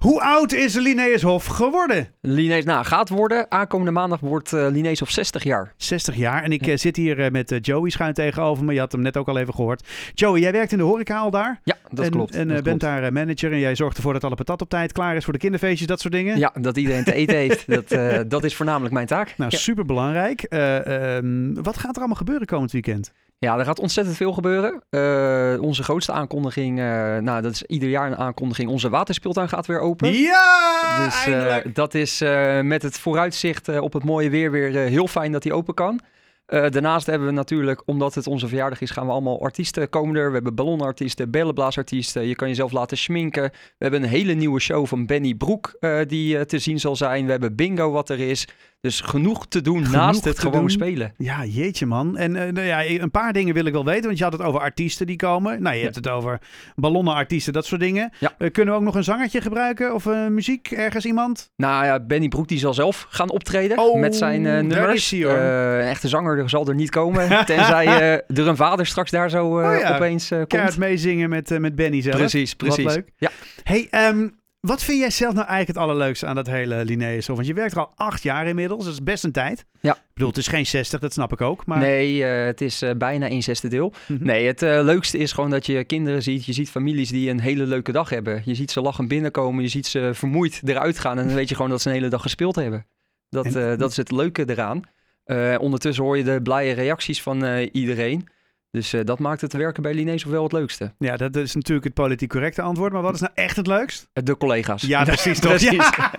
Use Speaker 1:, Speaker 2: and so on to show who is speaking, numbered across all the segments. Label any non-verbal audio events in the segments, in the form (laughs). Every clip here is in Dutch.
Speaker 1: Hoe oud is Linnaeus Hof geworden?
Speaker 2: Linnaeus, nou, gaat worden. Aankomende maandag wordt eh Linnaeus op 60 jaar.
Speaker 1: 60 jaar. En ik eh, zit hier eh, met eh, Joey schuin tegenover me. Je had hem net ook al even gehoord. Joey, jij werkt in de horeca al daar.
Speaker 2: Ja, dat
Speaker 1: en,
Speaker 2: klopt.
Speaker 1: En eh,
Speaker 2: dat
Speaker 1: bent daar eh, manager en jij zorgt ervoor dat alle patat op tijd klaar is voor de kinderfeestjes, dat soort dingen.
Speaker 2: klopt. Ja, dat iedereen te eten heeft. Dat,
Speaker 1: (laughs)
Speaker 2: eh, dat is voornamelijk mijn taak.
Speaker 1: Nou,
Speaker 2: ja.
Speaker 1: superbelangrijk. Eh, ehm, wat gaat er allemaal gebeuren komend weekend?
Speaker 2: Ja, er gaat ontzettend veel gebeuren. Eh, onze grootste aankondiging, eh, nou dat is ieder jaar een aankondiging. Onze waterspeeltuin gaat weer open.
Speaker 1: Ja,
Speaker 2: dus eh,
Speaker 1: eindelijk.
Speaker 2: dat is eh, met het vooruitzicht eh, op het mooie weer weer eh, heel fijn dat die open kan. Eh, daarnaast hebben we natuurlijk, omdat het onze verjaardag is, gaan we allemaal artiesten komen er. We hebben ballonartiesten, bellenblaasartiesten. Je kan jezelf laten schminken. We hebben een hele nieuwe show van Benny Broek eh, die eh, te zien zal zijn. We hebben bingo wat er is. Dus genoeg te doen
Speaker 1: Genoeg
Speaker 2: naast het
Speaker 1: te
Speaker 2: gewoon
Speaker 1: doen.
Speaker 2: spelen.
Speaker 1: Ja, jeetje man. En eh, nou ja, een paar dingen wil ik wel weten, want je had het over artiesten die komen. Nou, je hebt het over ballonnenartiesten, dat soort dingen.
Speaker 2: Ja.
Speaker 1: Eh, kunnen we ook nog een zangertje gebruiken of eh, muziek ergens iemand?
Speaker 2: Nou ja, Benny Broek die zal zelf gaan optreden
Speaker 1: Oh,
Speaker 2: met zijn eh,
Speaker 1: daar
Speaker 2: nummers.
Speaker 1: is hij, hoor.
Speaker 2: Eh, een echte zanger zal er niet
Speaker 1: (laughs)
Speaker 2: komen, tenzij eh, er een vader straks daar zo eh,
Speaker 1: Oh ja,
Speaker 2: opeens eh,
Speaker 1: Keihard
Speaker 2: komt.
Speaker 1: meezingen met, eh, met Benny zelf.
Speaker 2: Precies, precies.
Speaker 1: Wat leuk.
Speaker 2: Ja.
Speaker 1: Hey, ehm, wat vind jij zelf nou eigenlijk het allerleukste aan dat hele Linnaeus? Hof? Want je werkt er al acht jaar inmiddels, dat is best een tijd.
Speaker 2: Ja.
Speaker 1: Ik bedoel, het is geen 60, dat snap ik ook. Maar
Speaker 2: Nee, eh, het is eh, bijna een zesde deel.
Speaker 1: Mhm.
Speaker 2: Nee, het eh, leukste is gewoon dat je kinderen ziet. Je ziet families die een hele leuke dag hebben. Je ziet ze lachend binnenkomen. Je ziet ze vermoeid eruit gaan. En dan weet je gewoon dat ze een hele dag gespeeld hebben. Dat,
Speaker 1: En-
Speaker 2: eh, dat is het leuke eraan. Eh, ondertussen hoor je de blije reacties van eh, iedereen. Dus eh, dat maakt het werken bij Linees wel het leukste.
Speaker 1: ja, dat is natuurlijk het politiek correcte antwoord. Maar wat is nou echt het leukst?
Speaker 2: Eh, De (laughs) collega's.
Speaker 1: Ja, precies toch?
Speaker 2: Precies.
Speaker 1: Ja.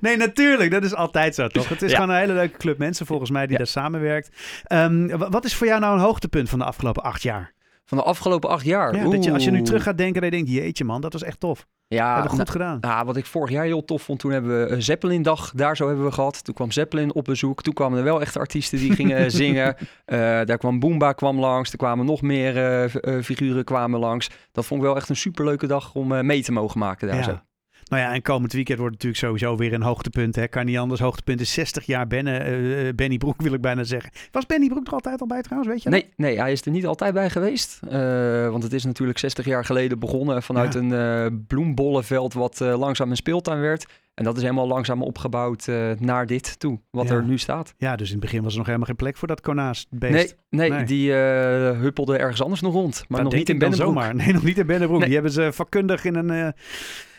Speaker 1: Nee, natuurlijk. Dat is altijd zo, toch? Het is
Speaker 2: Ja.
Speaker 1: gewoon een hele leuke club mensen, volgens mij, die
Speaker 2: Ja.
Speaker 1: daar samenwerkt. Ehm, wa- wat is voor jou nou een hoogtepunt van de afgelopen acht jaar?
Speaker 2: Van de afgelopen acht jaar.
Speaker 1: Ja, dat je, als je nu
Speaker 2: Oeh.
Speaker 1: terug gaat denken, dan denk je, jeetje man, dat was echt tof.
Speaker 2: Ja,
Speaker 1: Hebben we goed gedaan.
Speaker 2: nou, ah, wat ik vorig jaar heel tof vond, toen hebben we een Zeppelin-dag daar zo hebben we gehad. Toen kwam Zeppelin op bezoek. Toen kwamen er wel echte artiesten die
Speaker 1: (laughs)
Speaker 2: gingen zingen. Eh, daar kwam Boomba kwam langs. Er kwamen nog meer eh, v- eh, figuren kwamen langs. Dat vond ik wel echt een superleuke dag om eh, mee te mogen maken daar
Speaker 1: Ja.
Speaker 2: zo.
Speaker 1: Nou ja, en komend weekend wordt natuurlijk sowieso weer een hoogtepunt. Hè? Kan niet anders. Hoogtepunt is 60 jaar Benne, eh, eh, Benny Broek, wil ik bijna zeggen. Was Benny Broek er altijd al bij trouwens, weet je? dat?
Speaker 2: Nee, nee, hij is er niet altijd bij geweest. Eh, want het is natuurlijk 60 jaar geleden begonnen vanuit
Speaker 1: Ja.
Speaker 2: een eh, bloembollenveld wat eh, langzaam een speeltuin werd. En dat is helemaal langzaam opgebouwd eh, naar dit toe, wat
Speaker 1: Ja.
Speaker 2: er nu staat.
Speaker 1: Ja, dus in het begin was er nog helemaal geen plek voor dat konaasbeest.
Speaker 2: Nee, nee,
Speaker 1: Nee.
Speaker 2: die eh, huppelde ergens anders nog rond. Maar
Speaker 1: Dat
Speaker 2: nog
Speaker 1: denk
Speaker 2: niet in
Speaker 1: ik dan
Speaker 2: Bennebroek.
Speaker 1: zomaar. Nee, nog niet in Bennebroek.
Speaker 2: Nee.
Speaker 1: Die hebben ze vakkundig in een, eh,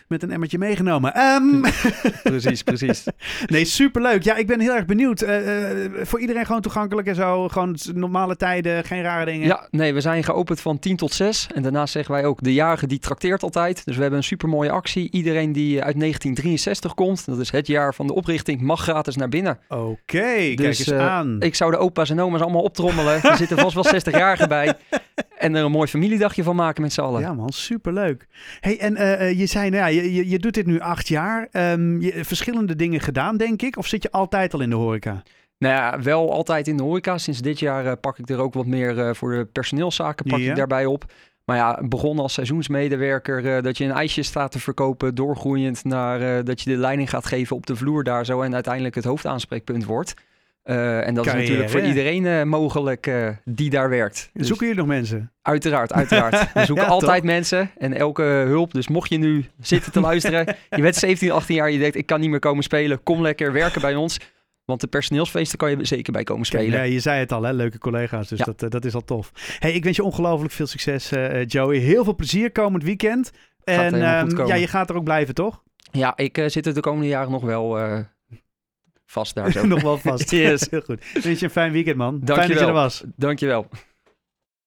Speaker 1: met een emmertje meegenomen. Ehm,
Speaker 2: (laughs) Precies, precies.
Speaker 1: nee, superleuk. Ja, ik ben heel erg benieuwd. Eh, eh, voor iedereen gewoon toegankelijk en zo. Gewoon s- normale tijden, geen rare dingen.
Speaker 2: Ja, nee, we zijn geopend van 10 tot 6. En daarnaast zeggen wij ook, de jarige die trakteert altijd. Dus we hebben een supermooie actie. Iedereen die uit 1963 komt, dat is het jaar van de oprichting, mag gratis naar binnen.
Speaker 1: Oké, kijk
Speaker 2: Dus,
Speaker 1: eens
Speaker 2: eh,
Speaker 1: aan.
Speaker 2: Ik zou de opa's en oma's allemaal optrommelen. Er zitten vast wel 60-jarigen bij. En er een mooi familiedagje van maken met z'n allen.
Speaker 1: Ja man, superleuk. Hey, en eh, eh, je zei, nou ja, je, je, je doet dit nu acht jaar. Ehm, je, verschillende dingen gedaan, denk ik. Of zit je altijd al in de horeca?
Speaker 2: Nou ja, wel altijd in de horeca. Sinds dit jaar eh, pak ik er ook wat meer eh, voor de personeelszaken pak
Speaker 1: Ja.
Speaker 2: ik daarbij op. Maar ja, begonnen als seizoensmedewerker, eh, dat je een ijsje staat te verkopen, doorgroeiend naar eh, dat je de leiding gaat geven op de vloer daar zo en uiteindelijk het hoofdaanspreekpunt wordt. Eh, en dat
Speaker 1: Carrière,
Speaker 2: is natuurlijk voor
Speaker 1: hè?
Speaker 2: iedereen eh, mogelijk eh, die daar werkt. Dus
Speaker 1: Zoeken jullie nog mensen?
Speaker 2: Uiteraard, uiteraard. We zoeken
Speaker 1: Ja,
Speaker 2: altijd mensen en elke hulp. Dus mocht je nu zitten te luisteren, je bent 17, 18 jaar, je denkt ik kan niet meer komen spelen, kom lekker werken bij ons. Want de personeelsfeesten kan je zeker bij komen spelen.
Speaker 1: Ja, je zei het al, hè? leuke collega's. Dus
Speaker 2: Ja.
Speaker 1: dat, eh, dat is al tof. Hey, ik wens je ongelooflijk veel succes, eh, eh, Joey. Heel veel plezier komend weekend. en
Speaker 2: helemaal goed
Speaker 1: ehm,
Speaker 2: komen.
Speaker 1: ja, je gaat er ook blijven, toch?
Speaker 2: Ja, ik eh, zit er de komende jaren nog wel eh, vast daar zo.
Speaker 1: nog wel vast. (laughs)
Speaker 2: Yes. (laughs)
Speaker 1: Heel goed. Ik Wens je een fijn weekend, man. Fijn dat je
Speaker 2: Dankjewel.
Speaker 1: er was.
Speaker 2: Dankjewel.